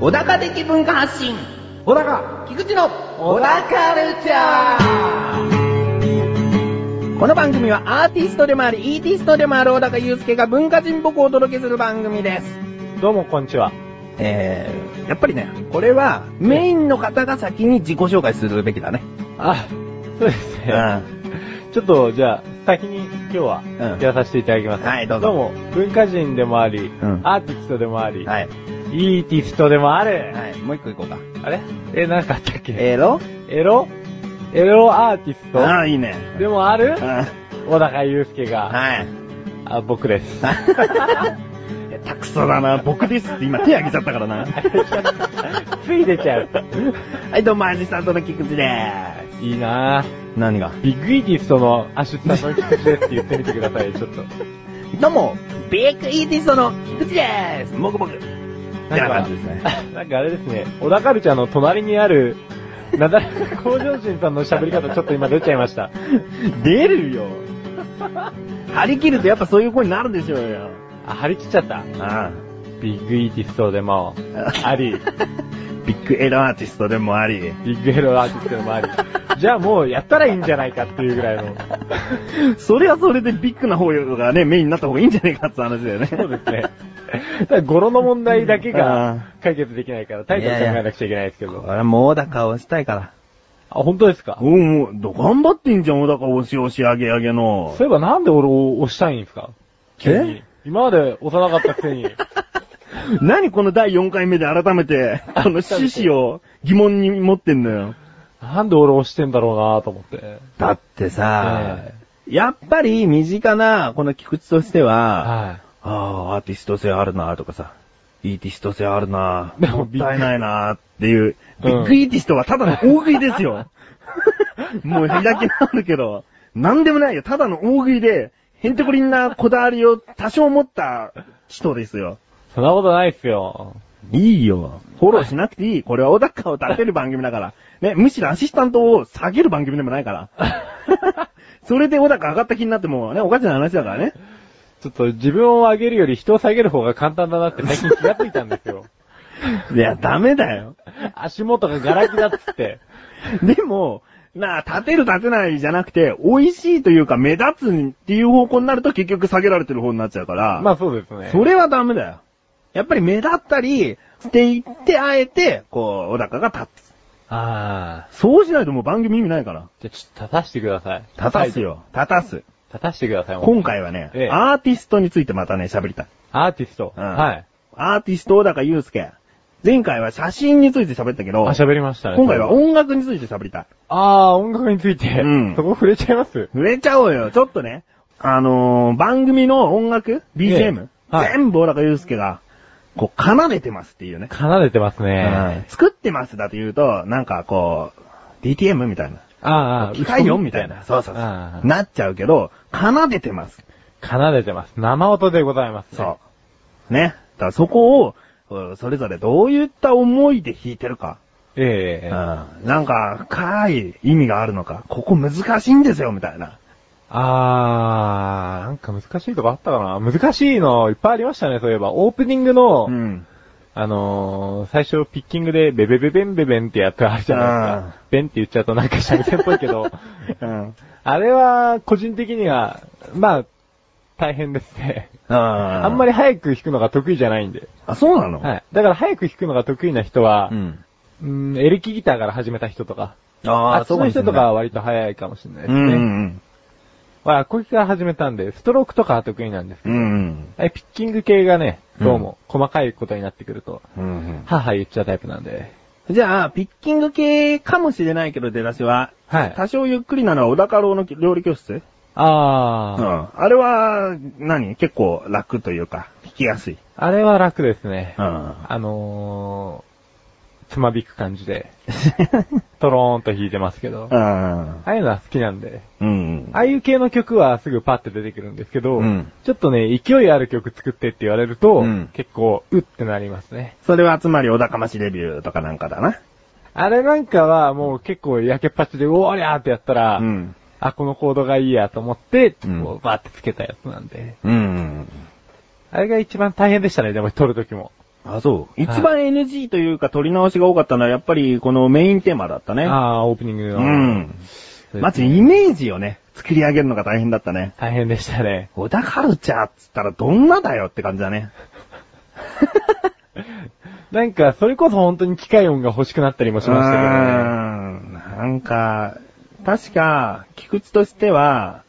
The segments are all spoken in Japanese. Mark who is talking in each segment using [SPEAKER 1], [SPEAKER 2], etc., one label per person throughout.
[SPEAKER 1] 小高的文化発信
[SPEAKER 2] 小高
[SPEAKER 1] 菊池の
[SPEAKER 2] 小高ルチャー
[SPEAKER 1] この番組はアーティストでもありイーティストでもある小高祐介が文化人っぽくお届けする番組です
[SPEAKER 2] どうも、こんにちは。
[SPEAKER 1] えー、やっぱりねこれはメインの方が先に自己紹介するべきだね
[SPEAKER 2] あ、そうです
[SPEAKER 1] う
[SPEAKER 2] ね。
[SPEAKER 1] ん
[SPEAKER 2] ちょっと、じゃあ、先に今日は
[SPEAKER 1] うん、
[SPEAKER 2] やらさせていただきます。
[SPEAKER 1] はいどうぞ
[SPEAKER 2] も、文化人でもあり、
[SPEAKER 1] ん
[SPEAKER 2] アーティストでもあり、
[SPEAKER 1] はい、
[SPEAKER 2] イーティストでもある。
[SPEAKER 1] はい、もう一個いこうか
[SPEAKER 2] あれえ、なんかあったっけ
[SPEAKER 1] エロ
[SPEAKER 2] エロエロアーティス
[SPEAKER 1] ああ
[SPEAKER 2] ト
[SPEAKER 1] いいね
[SPEAKER 2] でもある
[SPEAKER 1] うん
[SPEAKER 2] 小高祐介が、
[SPEAKER 1] はい
[SPEAKER 2] あ、僕です。
[SPEAKER 1] 下手くそだな僕ですって今手挙げちゃったからな
[SPEAKER 2] つい出ちゃう。
[SPEAKER 1] はいどうもアシスタントの菊池でー
[SPEAKER 2] いいなぁ。
[SPEAKER 1] す何が
[SPEAKER 2] ビッグイーティストのアシスタントの菊池ですって言ってみてください、ちょっと。
[SPEAKER 1] どうも、ビッグイーティストの菊池でーすもぐもぐてな感じですね
[SPEAKER 2] なんかあれですね、小田カルチャーの隣にある、なだらか向上心さんの喋り方ちょっと今出ちゃいました。
[SPEAKER 1] 出るよ張り切るとやっぱそういう子になるでしょうよ。
[SPEAKER 2] あ、張り切っちゃっ た。
[SPEAKER 1] ああ。
[SPEAKER 2] ビッグイーティストでも、あり、
[SPEAKER 1] ビッグエロアーティストでもあり。
[SPEAKER 2] ビッグエロアーティストでもあり。じゃあもうやったらいいんじゃないかっていうぐらいの。
[SPEAKER 1] それはそれでビッグな方がね、メインになった方がいいんじゃないかって話だよね。
[SPEAKER 2] そうですね。だから語呂の問題だけ
[SPEAKER 1] うん
[SPEAKER 2] が解決できないから、タイトル考えなくちゃいけないですけど。
[SPEAKER 1] これもうだかをしたいから。
[SPEAKER 2] あ、本当ですか
[SPEAKER 1] おうもう、ど頑張ってんじゃん、小高押し押し上げ上げの
[SPEAKER 2] そうい。えばなんで俺を押したいんですか急に。今まで押さなかったくせに。
[SPEAKER 1] 何この第4回目で改めて、この趣旨を疑問に持ってんのよ。
[SPEAKER 2] なんで俺押してんだろうなと思って。
[SPEAKER 1] だってさ、
[SPEAKER 2] え
[SPEAKER 1] やっぱり身近な、この菊池としては、
[SPEAKER 2] は
[SPEAKER 1] ああ、アーティスト性あるなとかさ、イーティスト性あるな
[SPEAKER 2] でも
[SPEAKER 1] もったいないなっていう、
[SPEAKER 2] うん
[SPEAKER 1] ビッグイーティストはただの大食いですよ。 もう開き直るけど、なんでもないよ。ただの大食いで、へんてこりんなこだわりを多少持った人ですよ。
[SPEAKER 2] い。そんなことないっすよ。
[SPEAKER 1] いいよ。フォローしなくていい。これは小高を立てる番組だから。ね、むしろアシスタントを下げる番組でもないから。 それで小高上がった気になってもね、おかしな話だからね。
[SPEAKER 2] ちょっと自分を上げるより人を下げる方が簡単だなって最近気がついたんで すよ。
[SPEAKER 1] いや、ダメだよ。
[SPEAKER 2] 足元がガラキだっつって。
[SPEAKER 1] でも、なあ、立てる立てないじゃなくて、美味しいというか目立つっていう方向になると結局下げられてる方になっちゃうから。
[SPEAKER 2] まあそうですね。
[SPEAKER 1] それはダメだよ。やっぱり目立ったりしていって、あえて、こう、小高が立つ。
[SPEAKER 2] ああ。
[SPEAKER 1] そうしないともう番組意味ないから。
[SPEAKER 2] じゃあちょっと立たしてください。
[SPEAKER 1] 立たす。よ。立たす。
[SPEAKER 2] 立たしてください、もう
[SPEAKER 1] 今回はね、
[SPEAKER 2] ええ
[SPEAKER 1] アーティストについてまたね、喋りたい。
[SPEAKER 2] アーティスト。
[SPEAKER 1] うん
[SPEAKER 2] はい。
[SPEAKER 1] アーティスト、小高祐介。前回は写真について喋ったけ
[SPEAKER 2] あ、
[SPEAKER 1] ど、
[SPEAKER 2] 喋りましたね。
[SPEAKER 1] 今回は音楽について喋りたい。
[SPEAKER 2] ああ、音楽について。
[SPEAKER 1] うん
[SPEAKER 2] そこ触れちゃいます
[SPEAKER 1] 触れちゃおうよ。ちょっとね、あのー、番組の音楽、BGM、
[SPEAKER 2] えはい
[SPEAKER 1] 全部小高祐介が、こう、奏でてますっていうね。
[SPEAKER 2] 奏でてます
[SPEAKER 1] うん
[SPEAKER 2] ね。
[SPEAKER 1] 作ってますだと言うと、なんかこう、DTM みたいな。
[SPEAKER 2] ああ、
[SPEAKER 1] 機械音みたいな。そうそうそう。
[SPEAKER 2] ああ
[SPEAKER 1] なっちゃうけど、奏でてます。
[SPEAKER 2] 奏でてます。生音でございます、ね。
[SPEAKER 1] そう。ね。だからそこを、うんそれぞれどういった思いで弾いてるか。
[SPEAKER 2] えええ
[SPEAKER 1] う
[SPEAKER 2] え
[SPEAKER 1] ん。なんか、深い意味があるのか。ここ難しいんですよ、みたいな。
[SPEAKER 2] あー、なんか難しいとこあったかな難しいのいっぱいありましたね、そういえば。オープニングの、
[SPEAKER 1] うん。
[SPEAKER 2] あのー、最初ピッキングでベベベベンベベンってやったあるじゃないですか。ベンって言っちゃうとなんか三味線っぽいけ ど、
[SPEAKER 1] うん。
[SPEAKER 2] あれは個人的には、まあ、大変ですね。
[SPEAKER 1] あ
[SPEAKER 2] あんま
[SPEAKER 1] り。
[SPEAKER 2] り早く弾くのが得意じゃないんで。
[SPEAKER 1] あ、そうなの
[SPEAKER 2] はい。だから早く弾くのが得意な人は
[SPEAKER 1] う、ん。
[SPEAKER 2] うん、エレキギターから始めた人とか、
[SPEAKER 1] あ
[SPEAKER 2] あっ
[SPEAKER 1] あ、そうか
[SPEAKER 2] ちの
[SPEAKER 1] もしれな
[SPEAKER 2] 人
[SPEAKER 1] い
[SPEAKER 2] とかは割と早いかもしれないで
[SPEAKER 1] う
[SPEAKER 2] す
[SPEAKER 1] んう
[SPEAKER 2] ね。
[SPEAKER 1] ん
[SPEAKER 2] まあ、アコギから始めたんで、ストロークとかは得意なんですけ
[SPEAKER 1] う
[SPEAKER 2] ど、
[SPEAKER 1] ん。
[SPEAKER 2] あれピッキング系がね、どうも、細かいことになってくると、
[SPEAKER 1] うんうん。
[SPEAKER 2] はは言っちゃうタイプなんで。
[SPEAKER 1] じゃあ、ピッキング系かもしれないけど、出だしは。
[SPEAKER 2] はい。
[SPEAKER 1] 多少ゆっくりなのは小高郎の料理教室う
[SPEAKER 2] あー、
[SPEAKER 1] ん。あれは、何結構楽というか、弾きやすい。
[SPEAKER 2] あれは楽ですね。
[SPEAKER 1] うん。
[SPEAKER 2] あのー、つまびく感じで、トローンと弾いてますけど、あ
[SPEAKER 1] う
[SPEAKER 2] あいうのは好きなんで、
[SPEAKER 1] ん。
[SPEAKER 2] ああいう系の曲はすぐパッて出てくるんですけど、
[SPEAKER 1] うん
[SPEAKER 2] ちょっとね、勢いある曲作ってって言われると、
[SPEAKER 1] うん
[SPEAKER 2] 結構、うってなりますね。
[SPEAKER 1] それはつまり小高ましレビューとかなんかだな。
[SPEAKER 2] あれなんかはもう結構焼けっぱちで、うおーりゃーってやったら、
[SPEAKER 1] うん。
[SPEAKER 2] あ、このコードがいいやと思って、こ
[SPEAKER 1] うん
[SPEAKER 2] うバーってつけたやつなんで。
[SPEAKER 1] うん。
[SPEAKER 2] あれが一番大変でしたね、でも撮るときも。
[SPEAKER 1] あ、そう。
[SPEAKER 2] い
[SPEAKER 1] 一番 NG というか取り直しが多かったのはやっぱりこのメインテーマだったね。
[SPEAKER 2] ああ、オープニングの。
[SPEAKER 1] うん。
[SPEAKER 2] そうですね
[SPEAKER 1] まずイメージをね、作り上げるのが大変だったね。
[SPEAKER 2] 大変でしたね。
[SPEAKER 1] 小田カルチャーっつったらどんなだよって感じだね。
[SPEAKER 2] なんか、それこそ本当に機械音が欲しくなったりもしましたけ
[SPEAKER 1] う
[SPEAKER 2] どね。
[SPEAKER 1] ーんなんか、確か、菊池としては、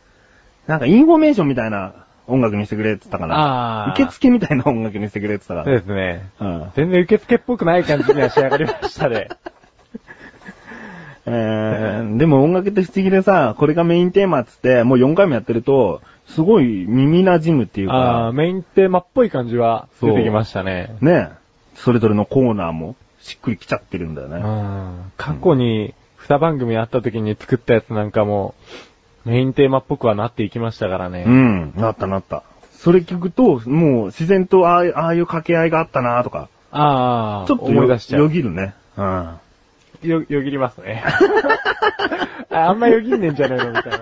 [SPEAKER 1] なんかインフォメーションみたいな音楽にしてくれって言ったかな。
[SPEAKER 2] あー
[SPEAKER 1] 受付みたいな音楽にしてくれって言ったか
[SPEAKER 2] そう
[SPEAKER 1] ら。
[SPEAKER 2] ですね。
[SPEAKER 1] うん
[SPEAKER 2] 全然受付っぽくない感じには仕上がりまし たね。
[SPEAKER 1] えーでも音楽って不思議でさ、これがメインテーマっつって、もう4回もやってると、すごい耳馴染むっていう
[SPEAKER 2] ああ、
[SPEAKER 1] か、
[SPEAKER 2] メインテーマっぽい感じは出てきましたね。
[SPEAKER 1] ね、それぞれのコーナーもしっくりきちゃってるんだよ
[SPEAKER 2] う
[SPEAKER 1] ね。
[SPEAKER 2] ん。過去に2番組あった時に作ったやつなんかも、メインテーマっぽくはなっていきましたから
[SPEAKER 1] う
[SPEAKER 2] ね。
[SPEAKER 1] ん、なったなった。それ聞くと、もう自然とああいうああいう掛け合いがあったなとか、
[SPEAKER 2] ああ、
[SPEAKER 1] ちょっとよ
[SPEAKER 2] 思い出しちゃ
[SPEAKER 1] よ
[SPEAKER 2] う。
[SPEAKER 1] ぎるね。うん。
[SPEAKER 2] よ、よぎりますね。 ああんまよぎんねんじゃないのみたいな。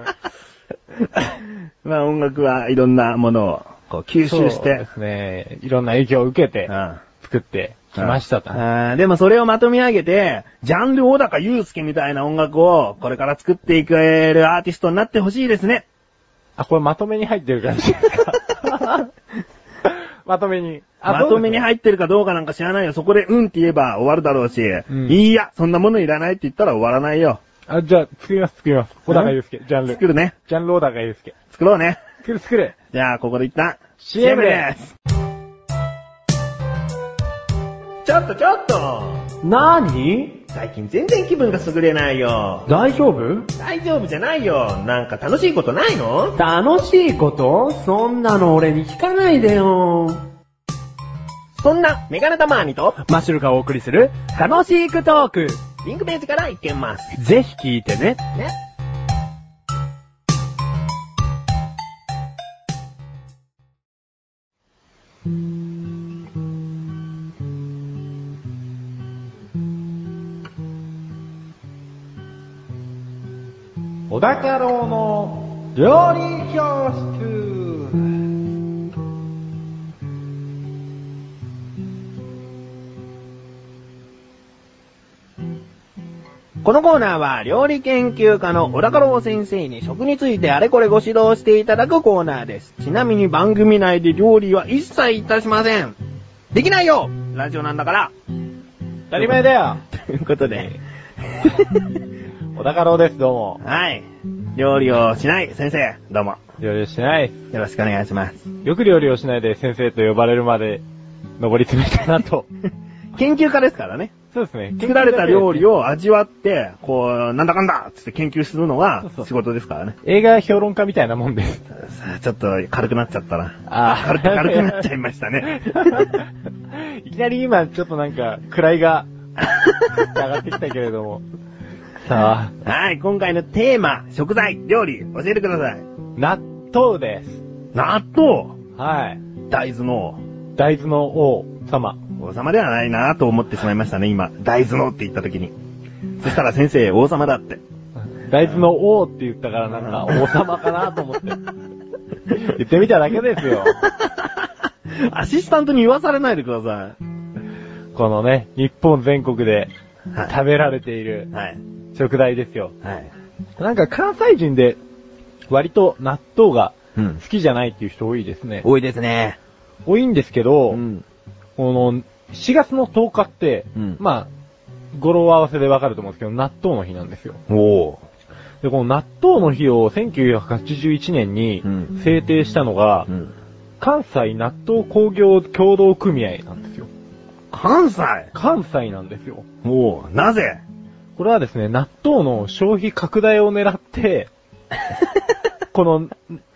[SPEAKER 1] まあ音楽はいろんなものをこう吸収し
[SPEAKER 2] そうで
[SPEAKER 1] て、
[SPEAKER 2] すね。いろんな影響を受けて
[SPEAKER 1] う、ん。
[SPEAKER 2] 作ってきましたと。
[SPEAKER 1] うんでもそれをまとめ上げて、ジャンル小高祐介みたいな音楽をこれから作っていけるアーティストになってほしいですね。
[SPEAKER 2] あ、これまとめに入ってる感じです かまとめに。あ
[SPEAKER 1] まとめに
[SPEAKER 2] っ
[SPEAKER 1] 入ってるかどうかなんか知らないよ。そこでうんって言えば終わるだろうし、
[SPEAKER 2] ん
[SPEAKER 1] いいや、そんなものいらないって言ったら終わらないよ。
[SPEAKER 2] あ、じゃあ、作ります、作ります。小高祐介、ジャンル。
[SPEAKER 1] 作るね。
[SPEAKER 2] ジャンル小高祐介。
[SPEAKER 1] 作ろうね。
[SPEAKER 2] 作る、作る。
[SPEAKER 1] じゃあ、ここで一旦。
[SPEAKER 2] CM です
[SPEAKER 1] ちょっとちょっと
[SPEAKER 2] なーに
[SPEAKER 1] 最近全然気分が優れないよ。
[SPEAKER 2] 大丈夫
[SPEAKER 1] 大丈夫じゃないよ。なんか楽しいことないの
[SPEAKER 2] 楽しいことそんなの俺に聞かないでよ。
[SPEAKER 1] そんなメガネタマーニと
[SPEAKER 2] マッシュルがお送りする、楽しいクトーク。
[SPEAKER 1] リンクページからいけます。
[SPEAKER 2] ぜひ聞いてね。
[SPEAKER 1] ね。
[SPEAKER 2] 小高郎の料理教室。
[SPEAKER 1] このコーナーは料理研究家の小高郎先生に食についてあれこれご指導していただくコーナーです。ちなみに番組内で料理は一切いたしません。できないよラジオなんだから
[SPEAKER 2] 当たり前だよ。
[SPEAKER 1] ということ で。
[SPEAKER 2] 小高郎です、どうも。
[SPEAKER 1] はい。料理をしない先生、どうも。
[SPEAKER 2] 料理をしない。
[SPEAKER 1] よろしくお願いします。
[SPEAKER 2] よく料理をしないで先生と呼ばれるまで、登り詰めたな と。
[SPEAKER 1] 研究家ですからね。
[SPEAKER 2] そうですね。
[SPEAKER 1] 作られた料理
[SPEAKER 2] を。
[SPEAKER 1] を味わって、こう、なんだかんだっつって研究するのが
[SPEAKER 2] そうそう
[SPEAKER 1] 仕事ですからね。
[SPEAKER 2] 映画評論家みたいなもんです。
[SPEAKER 1] さあちょっと軽くなっちゃったな。
[SPEAKER 2] あー
[SPEAKER 1] 軽 く、軽くなっちゃいましたね。
[SPEAKER 2] いきなり今、ちょっとなんか、位が、上がってきたけれども。さあ、
[SPEAKER 1] はい、今回のテーマ、食材、料理、教えてください。
[SPEAKER 2] 納豆です。
[SPEAKER 1] 納豆
[SPEAKER 2] はい。
[SPEAKER 1] 大豆の
[SPEAKER 2] 大豆の王様。
[SPEAKER 1] 王様ではないなと思ってしまいましたね、今。大豆のって言った時に。そしたら先生、王様だって。
[SPEAKER 2] 大豆の王って言ったからなんか、王様かなと 思って。言ってみただけですよ。
[SPEAKER 1] アシスタントに言わされないでくださ
[SPEAKER 2] このね、日本全国で
[SPEAKER 1] い。
[SPEAKER 2] 食べられている
[SPEAKER 1] はい。
[SPEAKER 2] 食材ですよ。
[SPEAKER 1] はい。
[SPEAKER 2] なんか関西人で割と納豆が
[SPEAKER 1] う
[SPEAKER 2] 好
[SPEAKER 1] ん。
[SPEAKER 2] きじゃないっていう人多いですね。
[SPEAKER 1] 多いですね。
[SPEAKER 2] 多いんですけど、
[SPEAKER 1] ん。
[SPEAKER 2] この4月の10日って、
[SPEAKER 1] うん
[SPEAKER 2] まあ、語呂合わせでわかると思うんですけど、納豆の日なんですよ。
[SPEAKER 1] おー。
[SPEAKER 2] で、この納豆の日を1981年に
[SPEAKER 1] うん
[SPEAKER 2] 制定したのが、
[SPEAKER 1] ん。
[SPEAKER 2] 関西納豆工業協同組合なんですよ。
[SPEAKER 1] 関西
[SPEAKER 2] 関西なんですよ。
[SPEAKER 1] おー、なぜ
[SPEAKER 2] これはですね、納豆の消費拡大を 狙って、この、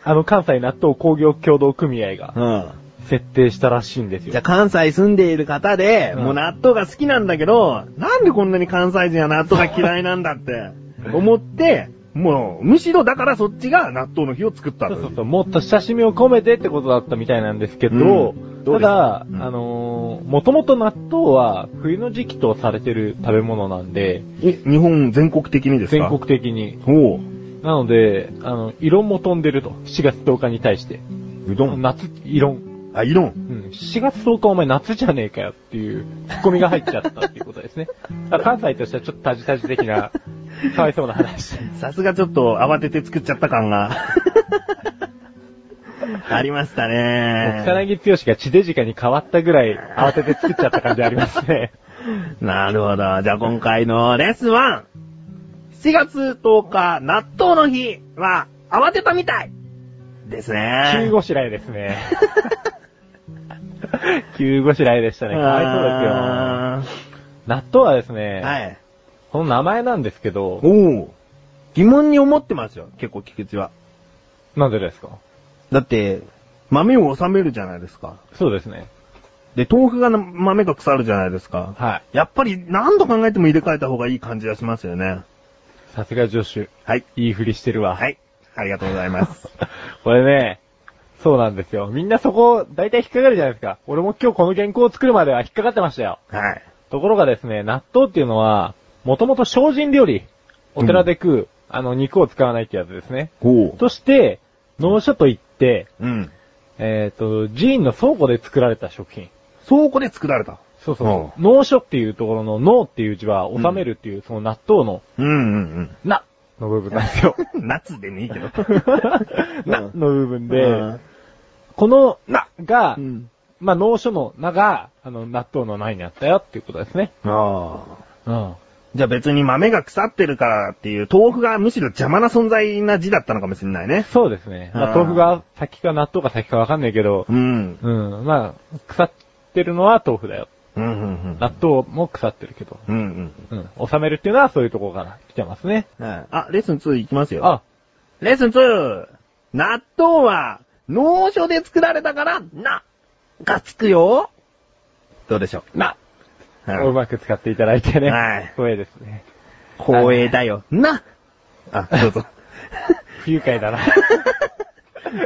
[SPEAKER 2] あの関西納豆工業協同組合が
[SPEAKER 1] ん。
[SPEAKER 2] 設定したらしいんです
[SPEAKER 1] じゃあ
[SPEAKER 2] よ。
[SPEAKER 1] 関西住んでいる方で、
[SPEAKER 2] うん
[SPEAKER 1] もう納豆が好きなんだけど、なんでこんなに関西人は納豆が嫌いなんだって思って、もう、むしろだからそっちが納豆の日を作った
[SPEAKER 2] そ
[SPEAKER 1] というう
[SPEAKER 2] そうそう、もっと親しみを込めてってことだったみたいなんですけど、
[SPEAKER 1] うんどうで
[SPEAKER 2] た
[SPEAKER 1] しょ
[SPEAKER 2] だ、
[SPEAKER 1] ううん
[SPEAKER 2] あのの、もともと納豆は冬の時期とされてる食べ物なんで、
[SPEAKER 1] え、日本全国的にです
[SPEAKER 2] 全
[SPEAKER 1] か
[SPEAKER 2] 国的に。
[SPEAKER 1] 国。お
[SPEAKER 2] なので、あの、異論も飛んでると。7月10日に対して。
[SPEAKER 1] う。うどん。
[SPEAKER 2] 夏、異論。
[SPEAKER 1] あ、いろん。
[SPEAKER 2] うん。7月10日お前夏じゃねえかよっていうツッコミが入っちゃったっていうことですね。だから関西としてはちょっとタジタジ的な、かわいそうな話。
[SPEAKER 1] さすがちょっと慌てて作っちゃった感が。 ありましたね。
[SPEAKER 2] 草薙剛が地デジカに変わったぐらい慌てて作っちゃった感じありますね。
[SPEAKER 1] なるほど。じゃあ今回のレッスン 1!
[SPEAKER 3] 7月10日、納豆の日は、慌てたみたい。
[SPEAKER 1] です
[SPEAKER 2] 急
[SPEAKER 1] ね。
[SPEAKER 2] ごしらえですね。急ごしらえでしたね。かわいそうですよ。納豆はですね、
[SPEAKER 1] はい。
[SPEAKER 2] この名前なんですけど、
[SPEAKER 1] おお。
[SPEAKER 3] 疑問に思ってますよ、結構菊池は。
[SPEAKER 2] なんでですか
[SPEAKER 1] だって、豆を収めるじゃないですか。
[SPEAKER 2] そうですね。
[SPEAKER 1] で、豆腐がな豆が腐るじゃないですか。
[SPEAKER 2] はい。
[SPEAKER 1] やっぱり何度考えても入れ替えた方がいい感じがしますよね。
[SPEAKER 2] さすが助手。
[SPEAKER 1] はい。
[SPEAKER 2] いいふりしてるわ。
[SPEAKER 1] はい。ありがとうございます。
[SPEAKER 2] これね、そうなんですよ。みんなそこ、大体引っかかるじゃないですか。俺も今日この原稿を作るまでは引っかかってましたよ。
[SPEAKER 1] はい。
[SPEAKER 2] ところがですね、納豆っていうのは、もともと精進料理。お寺で食う、あの、肉を使わないってやつですね。
[SPEAKER 1] おう。
[SPEAKER 2] として、農書といって、
[SPEAKER 1] うん。
[SPEAKER 2] えっ、と、寺院の倉庫で作られた食品。
[SPEAKER 1] 倉庫で作られた。
[SPEAKER 2] そうそうそう。農書っていうところの農っていう字は、収めるっていう、その納豆の、
[SPEAKER 1] うんうん
[SPEAKER 2] な、の部分なんですよ。
[SPEAKER 1] うん。夏でねいいけど。
[SPEAKER 2] な、 の部分で、
[SPEAKER 1] うん
[SPEAKER 2] この、な、が、
[SPEAKER 1] うん。
[SPEAKER 2] まあ、農書のなが、あの、納豆のなになったよっていうことですね。
[SPEAKER 1] ああ。
[SPEAKER 2] うん。
[SPEAKER 1] じゃあ別に豆が腐ってるからっていう、豆腐がむしろ邪魔な存在な字だったのかもしれないね。
[SPEAKER 2] そうですね。まあ、
[SPEAKER 1] うん
[SPEAKER 2] 豆腐が先か納豆が先かわかんないけど、
[SPEAKER 1] うん。
[SPEAKER 2] うん、まあ、腐ってるのは豆腐だよ。
[SPEAKER 1] うん、うん、
[SPEAKER 2] 納豆も腐ってるけど。
[SPEAKER 1] うん。うん、
[SPEAKER 2] うん。収めるっていうのはそういうところから来てますね。
[SPEAKER 1] うん。はいあ、レッスン2いきますよ。
[SPEAKER 2] あ、
[SPEAKER 3] レッスン 2! 納豆は、農所で作られたから、な、がつくよ。
[SPEAKER 1] どうでしょ
[SPEAKER 3] な、
[SPEAKER 1] う。
[SPEAKER 2] うまく使っていただいてね。
[SPEAKER 1] はい
[SPEAKER 2] 光栄ですね。
[SPEAKER 3] 光栄だよ。な、
[SPEAKER 1] あ、どう ぞ。
[SPEAKER 2] 不愉快だな。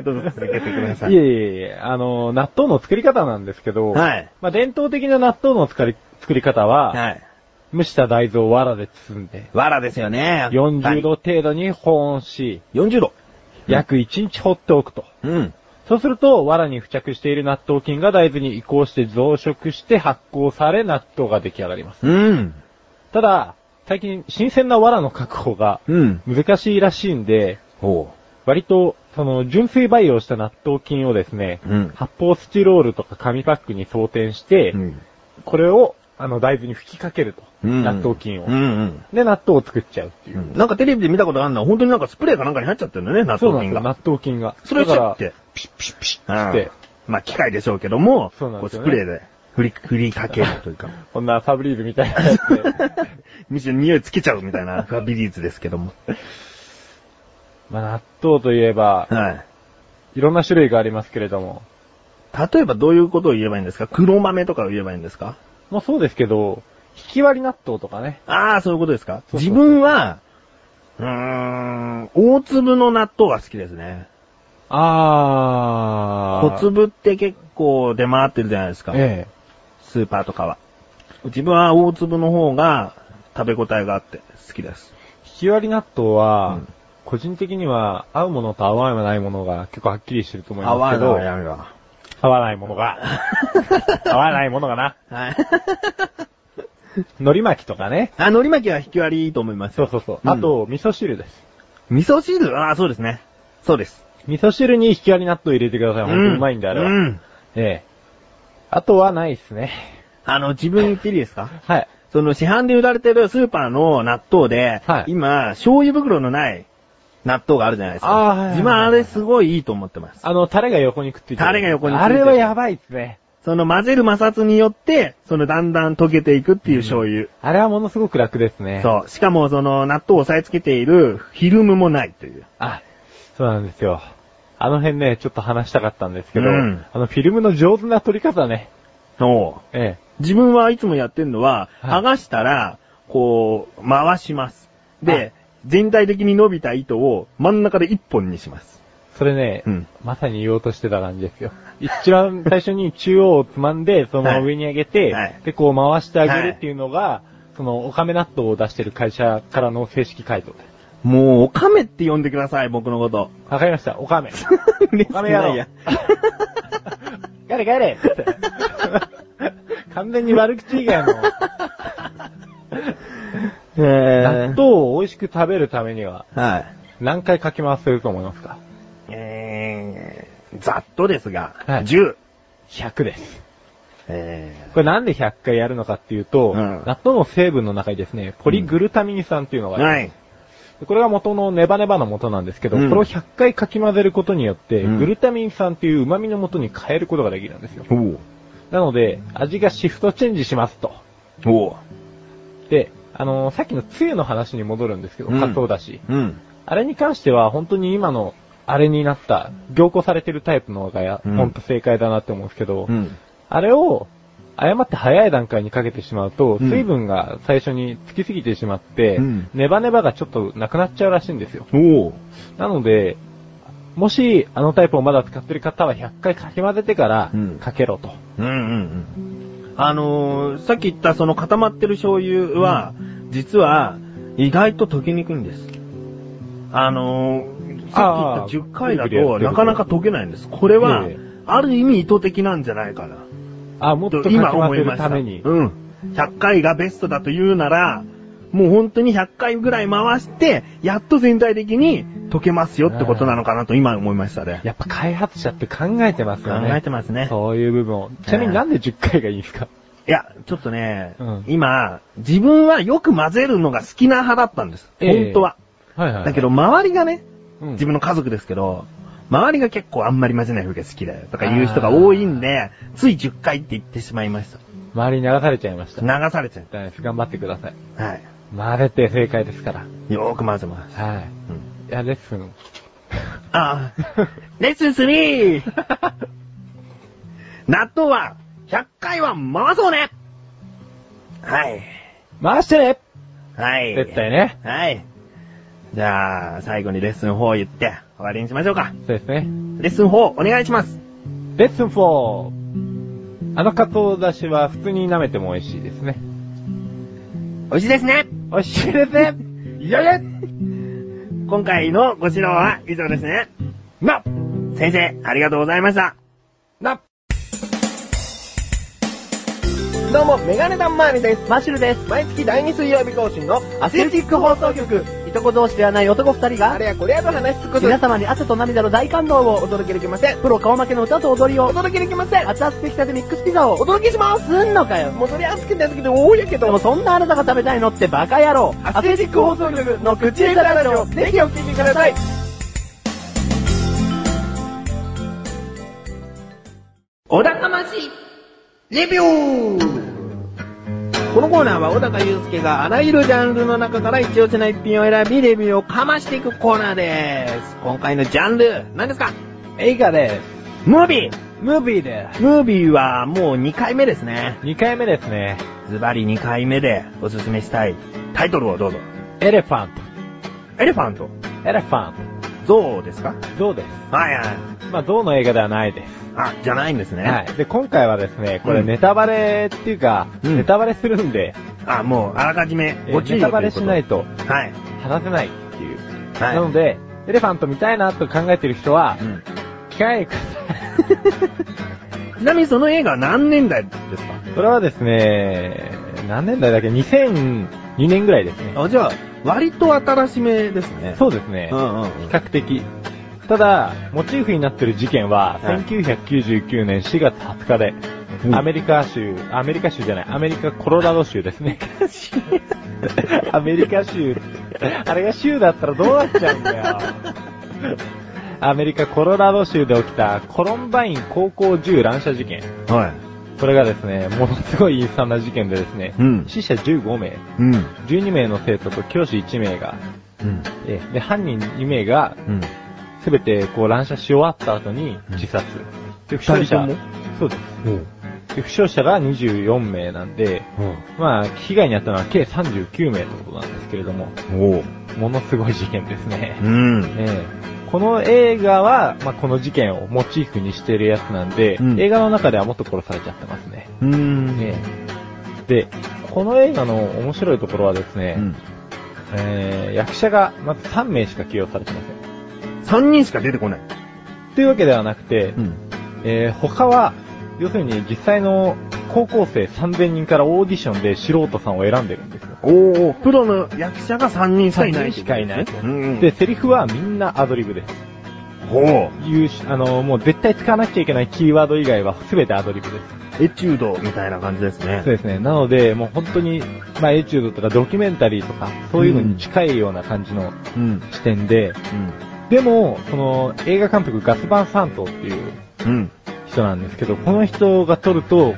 [SPEAKER 1] どうぞ続けてくださ
[SPEAKER 2] い
[SPEAKER 1] い。
[SPEAKER 2] えいえいえ、あの、納豆の作り方なんですけど、
[SPEAKER 1] はい。
[SPEAKER 2] まあ、伝統的な納豆の作り、作り方は、
[SPEAKER 1] はい。
[SPEAKER 2] 蒸した大豆を藁で包んで、
[SPEAKER 1] わらですよね。
[SPEAKER 2] 40度。程度に保温し、
[SPEAKER 1] 40度。
[SPEAKER 2] 約1日放っておくと。
[SPEAKER 1] うん。
[SPEAKER 2] そうすると、藁に付着している納豆菌が大豆に移行して増殖して発酵され納豆が出来上がります。
[SPEAKER 1] うん。
[SPEAKER 2] ただ、最近新鮮な藁の確保が
[SPEAKER 1] うん。
[SPEAKER 2] 難しいらしいんで、
[SPEAKER 1] ほ
[SPEAKER 2] 割と、その、純粋培養した納豆菌をですね、
[SPEAKER 1] うん
[SPEAKER 2] 発泡スチロールとか紙パックに装填して、
[SPEAKER 1] う。ん。
[SPEAKER 2] これを、あの、大豆に吹きかけると。
[SPEAKER 1] うん
[SPEAKER 2] 納豆菌を、
[SPEAKER 1] うん、
[SPEAKER 2] で、納豆を作っちゃうっていう。
[SPEAKER 1] うん。なんかテレビで見たことあるのは、本当になんかスプレーかなんかに入っちゃってるんだね、納
[SPEAKER 2] そうな
[SPEAKER 1] 豆
[SPEAKER 2] ん
[SPEAKER 1] 菌
[SPEAKER 2] ですよ、
[SPEAKER 1] が。
[SPEAKER 2] 納豆菌が。
[SPEAKER 1] それを
[SPEAKER 2] だ
[SPEAKER 1] ち
[SPEAKER 2] か
[SPEAKER 1] ょっ
[SPEAKER 2] ら
[SPEAKER 1] と、ピッピッピッ
[SPEAKER 2] っ
[SPEAKER 1] ってて。まあ、機械でしょうけども、
[SPEAKER 2] そうなんですよね
[SPEAKER 1] こスプレーで振り、振りかけるという か、
[SPEAKER 2] こんなファブリーズみたいなやつ で。
[SPEAKER 1] むしろ匂いつけちゃうみたいな、ファビリーズですけど も。
[SPEAKER 2] まあ、納豆といえば、
[SPEAKER 1] はい。
[SPEAKER 2] いろんな種類がありますけれども。
[SPEAKER 1] 例えばどういうことを言えばいいんですか黒豆とかを言えばいいんですか
[SPEAKER 2] もうそうですけど、引き割り納豆とかね。
[SPEAKER 1] ああ、そういうことですか
[SPEAKER 2] そうそ
[SPEAKER 1] 自
[SPEAKER 2] う
[SPEAKER 1] 分は、うーん、大粒の納豆が好きですね。
[SPEAKER 2] あ
[SPEAKER 1] 小粒って結構出回ってるじゃないですか。
[SPEAKER 2] え
[SPEAKER 1] スーパーとかは。自分は大粒の方が食べ応えがあって好きです。
[SPEAKER 2] え。引き割り納豆は、
[SPEAKER 1] うん
[SPEAKER 2] 個人的には合うものと合わないものが結構はっきりしてると思い
[SPEAKER 1] 合
[SPEAKER 2] ま
[SPEAKER 1] わ
[SPEAKER 2] すけ
[SPEAKER 1] な
[SPEAKER 2] ど、
[SPEAKER 1] いやめろ。
[SPEAKER 2] 合わないものが。合わないものがな。
[SPEAKER 1] はい。
[SPEAKER 2] 海苔巻きとかね。
[SPEAKER 1] あ、海苔巻きは引き割りいいと思います
[SPEAKER 2] そう
[SPEAKER 1] よ。
[SPEAKER 2] そうそう。
[SPEAKER 1] うん
[SPEAKER 2] あと、味噌汁です。
[SPEAKER 1] 味噌汁ああ、そうですね。そうです。
[SPEAKER 2] 味噌汁に引き割り納豆入れてください。本当にうまいんで、あれは。
[SPEAKER 1] うん。
[SPEAKER 2] ええ。あとはないですね。
[SPEAKER 1] あの、自分言っていいですか
[SPEAKER 2] はい。
[SPEAKER 1] その市販で売られてるスーパーの納豆で、
[SPEAKER 2] はい
[SPEAKER 1] 今、醤油袋のない納豆があるじゃないですか。
[SPEAKER 2] あーはいはいはい
[SPEAKER 1] 自分あれすごいいいと思ってます。
[SPEAKER 2] あの、タレが横にくっついてる。
[SPEAKER 1] タレが横にくっつい
[SPEAKER 2] あ
[SPEAKER 1] てる
[SPEAKER 2] れはやばいっすね。
[SPEAKER 1] その混ぜる摩擦によって、そのだんだん溶けていくっていう醤油。
[SPEAKER 2] あれはものすごく楽ですね。う。
[SPEAKER 1] そう。しかもその納豆を押さえつけているフィルムもないという。
[SPEAKER 2] あ、そうなんですよ。あの辺ね、ちょっと話したかったんですけど、
[SPEAKER 1] うん
[SPEAKER 2] あの、フィルムの上手な撮り方ね。
[SPEAKER 1] そう。
[SPEAKER 2] ええ。
[SPEAKER 1] 自分はいつもやってるのは、
[SPEAKER 2] は
[SPEAKER 1] 剥
[SPEAKER 2] い
[SPEAKER 1] がしたら、こう、回します。で、全体的に伸びた糸を真ん中で一本にします。
[SPEAKER 2] それね、
[SPEAKER 1] うん
[SPEAKER 2] まさに言おうとしてた感じですよ。一番最初に中央をつまんで、そのまま上に上げて、
[SPEAKER 1] はいはい
[SPEAKER 2] で、こう回してあげるっていうのが、その、おかめ納豆を出してる会社からの正式回答です。
[SPEAKER 1] もう、オカメって呼んでください、僕の こと。
[SPEAKER 2] わかりました、お かめ。
[SPEAKER 1] お
[SPEAKER 2] おかめやろう。 帰れ帰れって。完全に悪口以外の、
[SPEAKER 1] えー、
[SPEAKER 2] 納豆を美味しく食べるためには、
[SPEAKER 1] はい。
[SPEAKER 2] 何回かき回せると思いますか
[SPEAKER 1] えー、ざっとですが、
[SPEAKER 2] はい
[SPEAKER 1] 10。
[SPEAKER 2] ?100 です。
[SPEAKER 1] え
[SPEAKER 2] これなんで100回やるのかっていうと、
[SPEAKER 1] うん
[SPEAKER 2] 納豆の成分の中にですね、ポリグルタミン酸っていうの
[SPEAKER 1] ー、
[SPEAKER 2] があります
[SPEAKER 1] はい。
[SPEAKER 2] これが元のネバネバの元なんですけど、
[SPEAKER 1] うん
[SPEAKER 2] これを100回かき混ぜることによって、
[SPEAKER 1] うん
[SPEAKER 2] グルタミン酸っていう旨味の元に変えることができるんですよ。
[SPEAKER 1] おう
[SPEAKER 2] なので、味がシフトチェンジしますと。
[SPEAKER 1] おう
[SPEAKER 2] で、あのーさっきのつゆの話に戻るんですけど、
[SPEAKER 1] うん
[SPEAKER 2] カツオだし。
[SPEAKER 1] うん。
[SPEAKER 2] あれに関しては、本当に今の、あれになった、凝固されてるタイプのがや、
[SPEAKER 1] うん
[SPEAKER 2] ほんと正解だなって思うんですけど、
[SPEAKER 1] ん。
[SPEAKER 2] あれを、誤って早い段階にかけてしまうと、
[SPEAKER 1] うん
[SPEAKER 2] 水分が最初につきすぎてしまって、
[SPEAKER 1] うん
[SPEAKER 2] ネバネバがちょっとなくなっちゃうらしいんですよ。
[SPEAKER 1] おう
[SPEAKER 2] なので、もし、あのタイプをまだ使ってる方は100回かき混ぜてから
[SPEAKER 1] うん、
[SPEAKER 2] かけろと。
[SPEAKER 1] うんうんうん。あのー、さっき言ったその固まってる醤油は、実は意外と溶けにくいんです。あのー、さっ
[SPEAKER 2] あー
[SPEAKER 1] き言った10回だ
[SPEAKER 2] ぐるぐるやっ
[SPEAKER 1] と
[SPEAKER 2] てる
[SPEAKER 1] なかなか溶けないんです。これは
[SPEAKER 2] ええ、
[SPEAKER 1] ある意味意図的なんじゃないかな。
[SPEAKER 2] あ、もっとかき
[SPEAKER 1] 今
[SPEAKER 2] 混
[SPEAKER 1] 思
[SPEAKER 2] ぜ
[SPEAKER 1] いま
[SPEAKER 2] る
[SPEAKER 1] した。
[SPEAKER 2] た
[SPEAKER 1] う
[SPEAKER 2] めに。
[SPEAKER 1] ん。100回がベストだと言うなら、もう本当に100回ぐらい回して、やっと全体的に溶けますよってことなのかなと今思いましたね。
[SPEAKER 2] やっぱ開発者って考えてます
[SPEAKER 1] 考
[SPEAKER 2] よね。
[SPEAKER 1] えてますね。
[SPEAKER 2] そういう部分を。ちなみになんで10回がいいんですか
[SPEAKER 1] いや、ちょっとね、
[SPEAKER 2] うん
[SPEAKER 1] 今、自分はよく混ぜるのが好きな派だったんです。
[SPEAKER 2] ええ
[SPEAKER 1] 本当は。
[SPEAKER 2] はいは
[SPEAKER 1] だけ
[SPEAKER 2] ど、
[SPEAKER 1] ど、周りがね、
[SPEAKER 2] うん
[SPEAKER 1] 自分の家族ですけど、周りが結構あんまり混ぜない方が好きだよとか言う人が多いんで、つい10回って言ってしまいました。
[SPEAKER 2] 周りに流されちゃいました。
[SPEAKER 1] 流されちゃ
[SPEAKER 2] 大変頑張ってください。
[SPEAKER 1] う。はい。
[SPEAKER 2] 混ぜて正解ですから。
[SPEAKER 1] よーく混ぜます。
[SPEAKER 2] はい。
[SPEAKER 1] うん
[SPEAKER 2] いや、レッスン。
[SPEAKER 1] あ あ、レッスン 3! 納豆は、100回は回そうねはい。
[SPEAKER 2] 回してね
[SPEAKER 1] はい。
[SPEAKER 2] 絶対ね。
[SPEAKER 1] はい。じゃあ、最後にレッスン4を言って、終わりにしましょうか。
[SPEAKER 2] そうですね。
[SPEAKER 1] レッスン4、お願いします。
[SPEAKER 2] レッスン 4! あのカツオだしは普通に舐めても美味しいですね。
[SPEAKER 1] 美味しいですね
[SPEAKER 2] 美味しいですね
[SPEAKER 1] やれ今回のご指導は以上ですね。ま、先生、ありがとうございました。
[SPEAKER 2] な
[SPEAKER 3] どうも、メガネタンマーニです。マッシュルです。毎月第2水曜日更新のアスレチック放送局。いとこ同士ではない男二人が、あれやこれやと話し尽くす。皆様に汗と涙の大感動をお届けできません。プロ顔負けの歌と踊りをお届けできません。熱々出来たてミックスピザをお届けします。すんのかよ。もうそれ熱くて熱くて多いやけど。でもそんなあなたが食べたいのってバカ野郎。アスレチック放送局の口下手ラジオ、ぜひお聞きください。
[SPEAKER 1] おだかましいレビュー
[SPEAKER 3] このコーナーは小高祐介があらゆるジャンルの中から一押しな一品を選び、レビューをかましていくコーナーです。今回のジャンル、何ですか
[SPEAKER 2] 映画で
[SPEAKER 1] ムービー
[SPEAKER 2] す。ムービーで
[SPEAKER 1] ムービーはもう2回目ですね。
[SPEAKER 2] す。2回目ですね。
[SPEAKER 1] ズバリ2回目でおすすめしたいタイトルをどうぞ。
[SPEAKER 2] エレファン
[SPEAKER 1] エレファント。
[SPEAKER 2] ト。エレファン
[SPEAKER 1] ゾウですか
[SPEAKER 2] ト。ゾウで
[SPEAKER 1] はいはい。
[SPEAKER 2] す。まあ、ゾウの映画ではないです。
[SPEAKER 1] あ、じゃないんですね。
[SPEAKER 2] はい。で、今回はですね、こ
[SPEAKER 1] う
[SPEAKER 2] れ
[SPEAKER 1] ん
[SPEAKER 2] ネタバレっていうか、
[SPEAKER 1] うん
[SPEAKER 2] ネタバレするんで、
[SPEAKER 1] あ、もうあらかじめ
[SPEAKER 2] えー
[SPEAKER 1] ご注意
[SPEAKER 2] ネ
[SPEAKER 1] を
[SPEAKER 2] タバレしない
[SPEAKER 1] と
[SPEAKER 2] と
[SPEAKER 1] うこと。はい。
[SPEAKER 2] 話せないっていう。
[SPEAKER 1] はい
[SPEAKER 2] なので、エレファント見たいなと考えてる人は、
[SPEAKER 1] うん
[SPEAKER 2] 機会ください。
[SPEAKER 1] ちなみにその映画は何年代ですか
[SPEAKER 2] これはですね、何年代だっけ ?2002 年ぐらいですね。
[SPEAKER 1] あ、じゃあ、割と新しめですね。
[SPEAKER 2] そうですね。
[SPEAKER 1] うんうん
[SPEAKER 2] 比較的。ただ、モチーフになってる事件は、
[SPEAKER 1] はい
[SPEAKER 2] 1999年4月20日で、
[SPEAKER 1] うん
[SPEAKER 2] アメリカ州、アメリカ州じゃない、アメリカコロラド州ですね。アメリカ州、あれが州だったらどうなっちゃうんだよ。アメリカコロラド州で起きたコロンバイン高校銃乱射事件。
[SPEAKER 1] うん。はい。
[SPEAKER 2] これがですね、ものすごい陰惨な事件でですね、
[SPEAKER 1] うん
[SPEAKER 2] 死者15名、
[SPEAKER 1] うん。
[SPEAKER 2] 12名の生徒と教師1名が、
[SPEAKER 1] うん。
[SPEAKER 2] えで、犯人2名が
[SPEAKER 1] うん。
[SPEAKER 2] すべてこう乱射し終わった後に自殺。で、負傷者
[SPEAKER 1] 二人とも、
[SPEAKER 2] そうで
[SPEAKER 1] うん。
[SPEAKER 2] す。で、負傷者が24名なんで、まあ、被害に遭ったのは計39名ということなんですけれども、
[SPEAKER 1] おう。
[SPEAKER 2] ものすごい事件ですね。
[SPEAKER 1] うん。
[SPEAKER 2] ええこの映画は、まあ、この事件をモチーフにしてるやつなんで、
[SPEAKER 1] うん
[SPEAKER 2] 映画の中ではもっと殺されちゃってますね。
[SPEAKER 1] うーん。
[SPEAKER 2] ねで、この映画の面白いところはですね、
[SPEAKER 1] うん。
[SPEAKER 2] えー役者がまず3名しか起用されてません。
[SPEAKER 1] 3人しか出てこない。
[SPEAKER 2] というわけではなくて、
[SPEAKER 1] ん。
[SPEAKER 2] えー他は、要するに実際の高校生3000人からオーディションで素人さんを選んでるんですよ。
[SPEAKER 1] おお、プロの役者が3人しかいない。
[SPEAKER 2] 3人しかいない
[SPEAKER 1] うん。
[SPEAKER 2] で、、セリフはみんなアドリブです。
[SPEAKER 1] ほう。
[SPEAKER 2] いうし、あの、もう絶対使わなくちゃいけないキーワード以外は全てアドリブです。
[SPEAKER 1] エチュードみたいな感じですね。
[SPEAKER 2] そうですね。なので、もう本当に、まあ、エチュードとかドキュメンタリーとか、そういうのに近いような感じの
[SPEAKER 1] うん。
[SPEAKER 2] 視点で、でも、その、映画監督ガスバン・サントっていう
[SPEAKER 1] うん。うん。
[SPEAKER 2] 人なんですけど、この人が撮ると、こ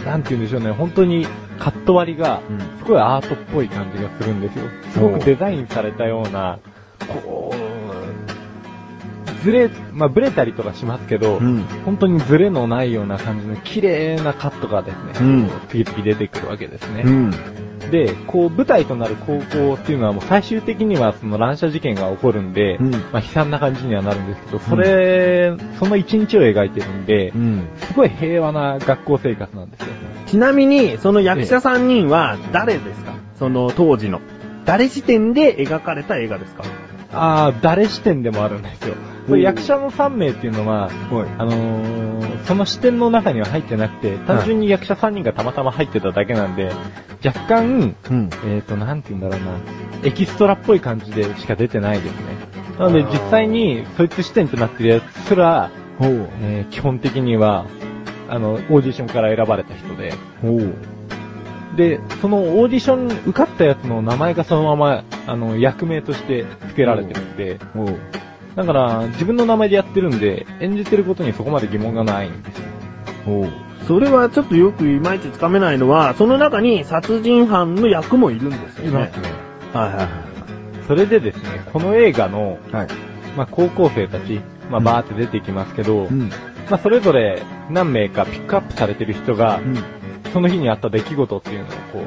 [SPEAKER 2] う、なんて言うんでしょうね、本当にカット割りが、
[SPEAKER 1] うん。
[SPEAKER 2] すごいアートっぽい感じがするんですよ。すごくデザインされたような、こう、ずれ、まあ、ブレたりとかしますけど、
[SPEAKER 1] うん
[SPEAKER 2] 本当にズレのないような感じの綺麗なカットがですね、
[SPEAKER 1] うん
[SPEAKER 2] こう次々出てくるわけですね。
[SPEAKER 1] うん。
[SPEAKER 2] で、こう舞台となる高校っていうのはもう最終的にはその乱射事件が起こるんで、
[SPEAKER 1] うん
[SPEAKER 2] まあ悲惨な感じにはなるんですけど、それ、その一日を描いてるんで、
[SPEAKER 1] うん。
[SPEAKER 2] すごい平和な学校生活なんですよね。
[SPEAKER 1] ちなみに、その役者3人は誰ですかその当時の。誰視点で描かれた映画ですか
[SPEAKER 2] ああ、誰視点でもあるんですよ。
[SPEAKER 1] おー
[SPEAKER 2] 役者の3名っていうのは、
[SPEAKER 1] はい
[SPEAKER 2] あのーその視点の中には入ってなくて、単純に役者3人がたまたま入ってただけなんで、若干、
[SPEAKER 1] うん。
[SPEAKER 2] えっ、と、なんて言うんだろうな、エキストラっぽい感じでしか出てないですね。なので
[SPEAKER 1] あー
[SPEAKER 2] 実際に、そいつ視点となってるやつすら、
[SPEAKER 1] ほう。
[SPEAKER 2] えー基本的には、あの、オーディションから選ばれた人で、
[SPEAKER 1] ほう。
[SPEAKER 2] で、そのオーディション受かったやつの名前がそのまま、あの、役名として付けられてるんで、
[SPEAKER 1] ほう。
[SPEAKER 2] だから、自分の名前でやってるんで、演じてることにそこまで疑問がないんですよ。
[SPEAKER 1] ほう。それはちょっとよくいまいちつかめないのは、その中に殺人犯の役もいるんですよね。
[SPEAKER 2] ね。
[SPEAKER 1] はいは
[SPEAKER 2] それでですね、この映画の、
[SPEAKER 1] いはい。はい。
[SPEAKER 2] まあ、高校生たち、まあ、
[SPEAKER 1] うん
[SPEAKER 2] バーって出てきますけど、
[SPEAKER 1] うん。
[SPEAKER 2] まあ、それぞれ何名かピックアップされてる人
[SPEAKER 1] う
[SPEAKER 2] が、
[SPEAKER 1] ん。
[SPEAKER 2] その日にあった出来事っていうのをこ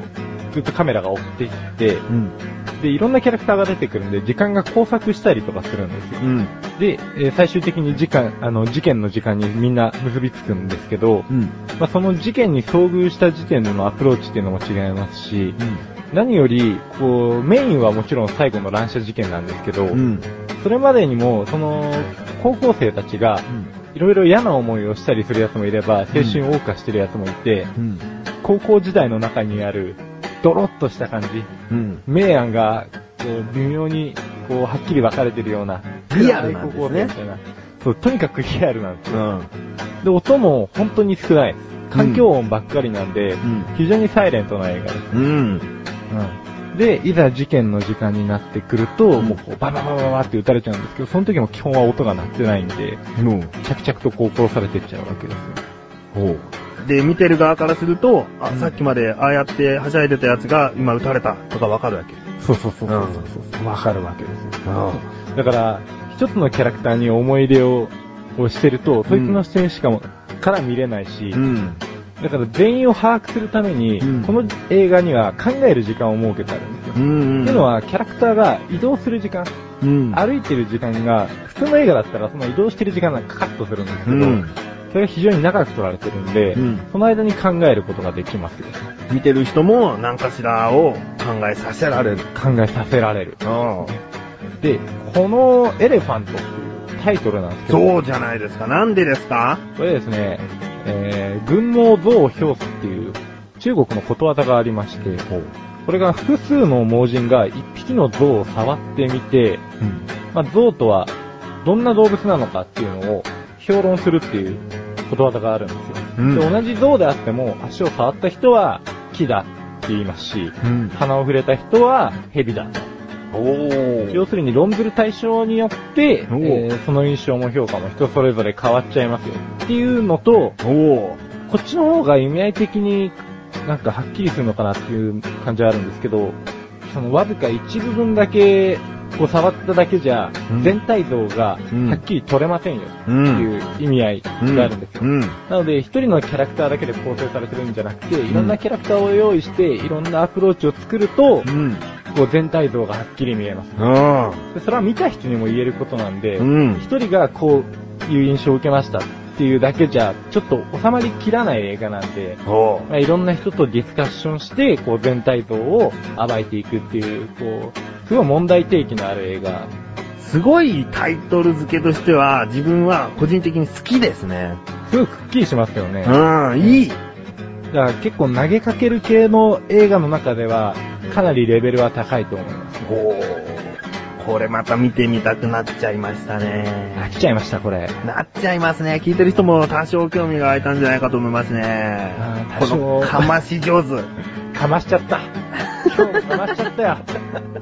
[SPEAKER 2] う、ずっとカメラが追っていって、
[SPEAKER 1] うん。
[SPEAKER 2] で、いろんなキャラクターが出てくるんで、時間が交錯したりとかするんですよ。
[SPEAKER 1] うん。
[SPEAKER 2] で、えー最終的に時間、あの、事件の時間にみんな結びつくんですけど、
[SPEAKER 1] うん。
[SPEAKER 2] まあ、その事件に遭遇した時点でのアプローチっていうのも違いますし、何より、こう、メインはもちろん最後の乱射事件なんですけど、
[SPEAKER 1] うん。
[SPEAKER 2] それまでにも、その、高校生たちが、いろいろ嫌な思いをしたりするやつもいれば、青春を謳歌してるやつもいて、
[SPEAKER 1] うん。
[SPEAKER 2] 高校時代の中にある、ドロッとした感じ、
[SPEAKER 1] うん。
[SPEAKER 2] 明暗が、こう、微妙に、こう、はっきり分かれてるような、
[SPEAKER 1] リアルなんですね
[SPEAKER 2] 高校生みたいな。そう、とにかくリアルなんです
[SPEAKER 1] う
[SPEAKER 2] よ。
[SPEAKER 1] ん。
[SPEAKER 2] で、音も本当に少ない。環境音ばっかりなんで、
[SPEAKER 1] ん
[SPEAKER 2] 非常にサイレントな映画です。
[SPEAKER 1] うん。
[SPEAKER 2] で、いざ事件の時間になってくると、
[SPEAKER 1] ん
[SPEAKER 2] もうこうババババババって撃たれちゃうんですけど、その時も基本は音が鳴ってないんで、着々とこう殺されてっちゃうわけですね。
[SPEAKER 1] ほう。で、見てる側からすると、あ、さっきまでああやってはしゃいでたやつが今撃たれたとかわかるわけ。
[SPEAKER 2] そうそうそ
[SPEAKER 1] そ
[SPEAKER 2] ううそうう
[SPEAKER 1] そ
[SPEAKER 2] わかるわけですよ。
[SPEAKER 1] う
[SPEAKER 2] だから、一つのキャラクターに思い入れををしてると、そいつの視点しかも、から見れないし、
[SPEAKER 1] ん。
[SPEAKER 2] だから全員を把握するために、
[SPEAKER 1] うん
[SPEAKER 2] この映画には考える時間を設けてあるんですよ。
[SPEAKER 1] う
[SPEAKER 2] っ
[SPEAKER 1] ん。
[SPEAKER 2] ていうの、は、キャラクターが移動する時間、
[SPEAKER 1] うん。
[SPEAKER 2] 歩いてる時間が、普通の映画だったらその移動してる時間がカカッとするんですけ
[SPEAKER 1] う
[SPEAKER 2] ど、
[SPEAKER 1] ん。
[SPEAKER 2] それが非常に長く取られてるんで、
[SPEAKER 1] うん
[SPEAKER 2] その間に考えることができますよ。
[SPEAKER 1] 見てる人も何かしらを考えさせられる。
[SPEAKER 2] 考えさせられる。
[SPEAKER 1] うん。
[SPEAKER 2] で、このエレファントっていうタイトルなんですけど、
[SPEAKER 1] そうじゃないですか。なんでですか
[SPEAKER 2] これですね、えー、群毛像表すっていう中国のことわざがありまして、これが複数の盲人が一匹の像を触ってみて、
[SPEAKER 1] うん。
[SPEAKER 2] まあ、像とはどんな動物なのかっていうのを評論するっていうことわざがあるんですよ。
[SPEAKER 1] うん
[SPEAKER 2] で同じ像であっても足を触った人は木だって言いますし、
[SPEAKER 1] うん。
[SPEAKER 2] 鼻を触れた人は蛇だ。
[SPEAKER 1] おー。
[SPEAKER 2] 要するに論ずる対象によって、え
[SPEAKER 1] おう
[SPEAKER 2] ーその印象も評価も人それぞれ変わっちゃいますよっていうのと、
[SPEAKER 1] おー。
[SPEAKER 2] こっちの方が意味合い的になんかはっきりするのかなっていう感じはあるんですけど、そのわずか一部分だけこう触っただけじゃ
[SPEAKER 1] うん
[SPEAKER 2] 全体像が
[SPEAKER 1] うん
[SPEAKER 2] はっきり取れませんよ
[SPEAKER 1] う
[SPEAKER 2] って
[SPEAKER 1] ん。
[SPEAKER 2] いう意味合いがあるんですよ。
[SPEAKER 1] うん。
[SPEAKER 2] なので、一人のキャラクターだけで構成されてるんじゃなくて、いろんなキャラクターを用意して、いろんなアプローチを作ると
[SPEAKER 1] う、ん。
[SPEAKER 2] こう全体像がはっきり見えます。
[SPEAKER 1] う
[SPEAKER 2] でそれは見た人にも言えることなんで、
[SPEAKER 1] ん。うん。
[SPEAKER 2] 一人がこういう印象を受けましたっていうだけじゃ、ちょっと収まりきらない映画なんで、
[SPEAKER 1] おう。
[SPEAKER 2] まあ、いろんな人とディスカッションして、こう全体像を暴いていくっていう、こう、すごい問題提起のある映画。
[SPEAKER 1] すごいタイトル付けとしては、自分は個人的に好きですね。
[SPEAKER 2] すごいくっきりしますよね。
[SPEAKER 1] うん、いい。
[SPEAKER 2] だから結構投げかける系の映画の中では、かなりレベルは高いと思います。
[SPEAKER 1] おーこれまた見てみたくなっちゃいましたね。
[SPEAKER 2] 飽きちゃいました、これ。
[SPEAKER 1] なっちゃいますね。聞いてる人も多少興味が湧いたんじゃないかと思いますね
[SPEAKER 2] あー。
[SPEAKER 1] こ
[SPEAKER 2] 多少
[SPEAKER 1] のかまし上手。
[SPEAKER 2] かましちゃった。今日かましちゃったよ。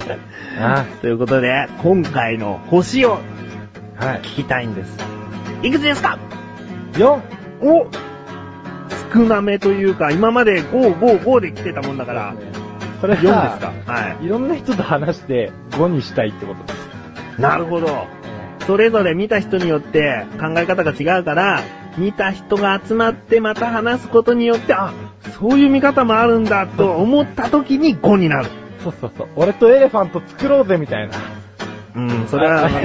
[SPEAKER 2] あ
[SPEAKER 1] ということで、今回の星を
[SPEAKER 2] あ、はい。
[SPEAKER 1] 聞きたいんです。いくつですか
[SPEAKER 2] 4!
[SPEAKER 1] お少なめというか、今まで5、5、5で来てたもんだから、
[SPEAKER 2] それ
[SPEAKER 1] 4です
[SPEAKER 2] は
[SPEAKER 1] か。はい
[SPEAKER 2] ろんな人と話して5にしたいってことです。
[SPEAKER 1] い。なるほど。それぞれ見た人によって考え方が違うから、見た人が集まってまた話すことによって、あ、そういう見方もあるんだと思った時に5になる。
[SPEAKER 2] そうそうそう。俺とエレファント作ろうぜみたいな。
[SPEAKER 1] うん、それは、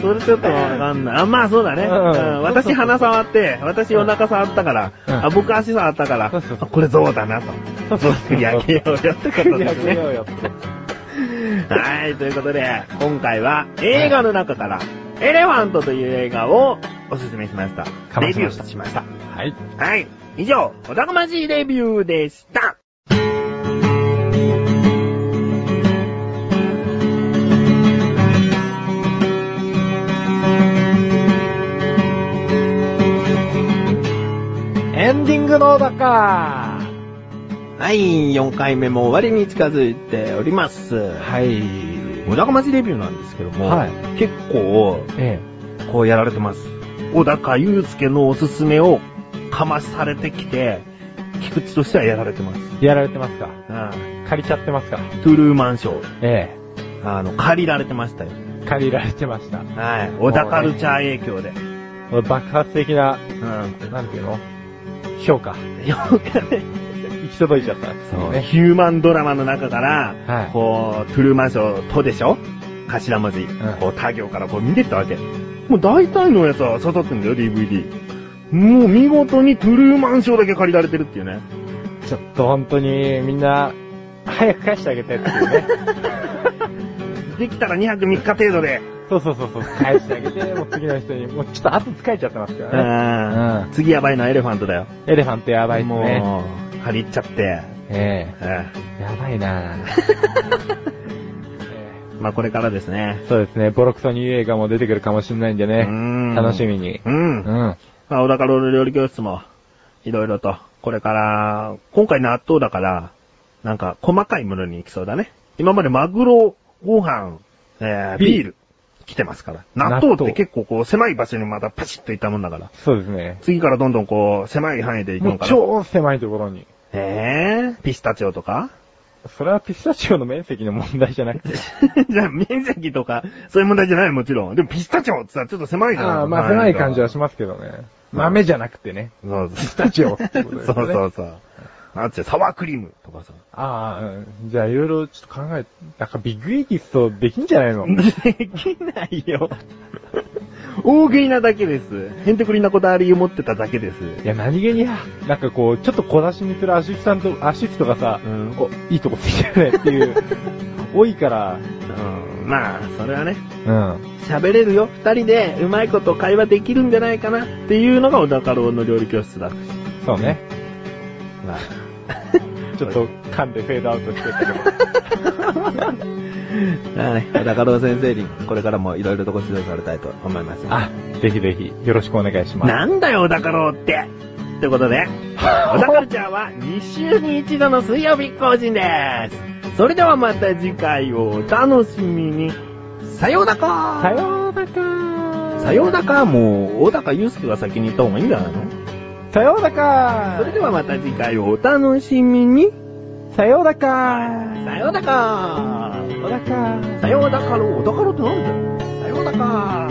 [SPEAKER 1] それちょっとわかんない。あ、まあそうだね。う
[SPEAKER 2] うんん
[SPEAKER 1] 私鼻触って、私お腹触ったから、
[SPEAKER 2] うん
[SPEAKER 1] あ、僕足触ったから、
[SPEAKER 2] そうそう
[SPEAKER 1] あこれゾウだなと。
[SPEAKER 2] そうそうそう
[SPEAKER 1] 作り上げようよってこと
[SPEAKER 2] や
[SPEAKER 1] です
[SPEAKER 2] め
[SPEAKER 1] ね。
[SPEAKER 2] ようよって。
[SPEAKER 1] はい、ということで、今回は映画の中から、エレファントという映画をおすすめしました。
[SPEAKER 2] かま
[SPEAKER 1] レ
[SPEAKER 2] し
[SPEAKER 1] ビュ
[SPEAKER 2] ました
[SPEAKER 1] ーしました。
[SPEAKER 2] はい。
[SPEAKER 1] はい。以上、おたくましいレビューでした。
[SPEAKER 2] エンディングのだか
[SPEAKER 3] はい、4回目も終わりに近づいております。
[SPEAKER 2] はい。
[SPEAKER 3] 小高町レビューなんですけども、
[SPEAKER 2] はい
[SPEAKER 3] 結構、
[SPEAKER 2] え
[SPEAKER 1] こうやられてます。小高祐介のおすすめをかまされてきて、菊池としてはやられてます。
[SPEAKER 2] え。やられてますか
[SPEAKER 1] うん
[SPEAKER 2] 借りちゃってますか
[SPEAKER 1] トゥルーマンショ
[SPEAKER 2] え
[SPEAKER 1] ー、あの、借りられてましたよ。
[SPEAKER 2] え。借りられてました。
[SPEAKER 1] はい。小田カルチャー影響で。
[SPEAKER 2] これ爆発的な、
[SPEAKER 1] うん。
[SPEAKER 2] なんていうの評価。
[SPEAKER 1] よくね
[SPEAKER 2] 行き届いちゃったんですよね。
[SPEAKER 1] ヒューマンドラマの中から、
[SPEAKER 2] はい
[SPEAKER 1] こう、トゥルーマンショー、とでしょ頭文字。
[SPEAKER 2] ん
[SPEAKER 1] こう、他行からこう見てったわけ。もう大体のやつは刺さってんだよ、DVD。もう見事にトゥルーマンショーだけ借りられてるっていうね。
[SPEAKER 2] ちょっと本当にみんな、早く返してあげてっていうね。
[SPEAKER 1] できたら2泊3日程度で。
[SPEAKER 2] そうそうそうそう、返してあげて、もう次の人に、もうちょっと後疲れちゃってますからね。
[SPEAKER 1] うん次やばいのはエレファントだよ。
[SPEAKER 2] エレファントやばいっすね。
[SPEAKER 1] もう、張り入っちゃって。
[SPEAKER 2] え
[SPEAKER 1] え
[SPEAKER 2] えやばい なぁ、え
[SPEAKER 1] えまあこれからですね
[SPEAKER 2] え。そうですね、ボロクソにいい映画も出てくるかもしれないんで
[SPEAKER 1] う
[SPEAKER 2] ね。
[SPEAKER 1] ん
[SPEAKER 2] 楽しみに。
[SPEAKER 1] うん。
[SPEAKER 2] うん。
[SPEAKER 1] まあ、小高ロール料理教室も、いろいろと、これから、今回納豆だから、なんか、細かいものに行きそうだね。今までマグロ、ご飯、えー、
[SPEAKER 2] ビール
[SPEAKER 1] ビール、来てますから。納豆っ
[SPEAKER 2] 納
[SPEAKER 1] て
[SPEAKER 2] 豆
[SPEAKER 1] 結構こう、狭い場所にまたパシッといったもんだから。
[SPEAKER 2] そうですね。
[SPEAKER 1] 次からどんどんこう、狭い範囲で行く
[SPEAKER 2] も
[SPEAKER 1] の
[SPEAKER 2] う
[SPEAKER 1] かな。
[SPEAKER 2] 超狭いところに。
[SPEAKER 1] えー、ピスタチオとか
[SPEAKER 2] それはピスタチオの面積の問題じゃな くて。
[SPEAKER 1] じゃあ、面積とか、そういう問題じゃないもちろん。でもピスタチオってさ、ちょっと狭いじゃない
[SPEAKER 2] ああ、まあ狭い感じはしますけどね。豆じゃなくてね。
[SPEAKER 1] そうそう。
[SPEAKER 2] ピスタチオってことです
[SPEAKER 1] そ
[SPEAKER 2] ね
[SPEAKER 1] うそうそう。あっち、サワークリームとかさ。
[SPEAKER 2] ああ、うんじゃあいろいろちょっと考え、なんかビッグエキストできんじゃないの
[SPEAKER 1] できないよ。大食いなだけです。へんてくりなこだわりを持ってただけです。
[SPEAKER 2] いや、何気にや、なんかこう、ちょっと小出しにするアシスタント、アシストがさ、
[SPEAKER 1] うん
[SPEAKER 2] お、いいとこついてるねって いう、多いから、
[SPEAKER 1] うん、まあ、それはね、
[SPEAKER 2] うん。
[SPEAKER 1] 喋れるよ。二人でうまいこと会話できるんじゃないかなっていうのが小高郎の料理教室だ。
[SPEAKER 2] そうね。
[SPEAKER 1] まあ、
[SPEAKER 2] ち ょっと噛んでフェードアウトしてたけど。
[SPEAKER 3] だからね、小高郎先生にこれからもいろいろとご指導されたいと思います、ね。
[SPEAKER 2] あ、ぜひぜひ、よろしくお願いします。
[SPEAKER 1] なんだよ小高郎って。ってこと で、小高るちゃんは2週に一度の水曜日更新です。それではまた次回をお楽しみに。
[SPEAKER 3] さようなか
[SPEAKER 2] さようなか
[SPEAKER 3] さようなかもう、小高
[SPEAKER 1] 祐介が先に言った方がいいんじゃないの
[SPEAKER 2] さようなか
[SPEAKER 1] それではまた次回をお楽しみに。
[SPEAKER 2] さようなか
[SPEAKER 1] さようなら。
[SPEAKER 2] さようなか
[SPEAKER 1] さようなら。おだかろってなんだよ。さようなら。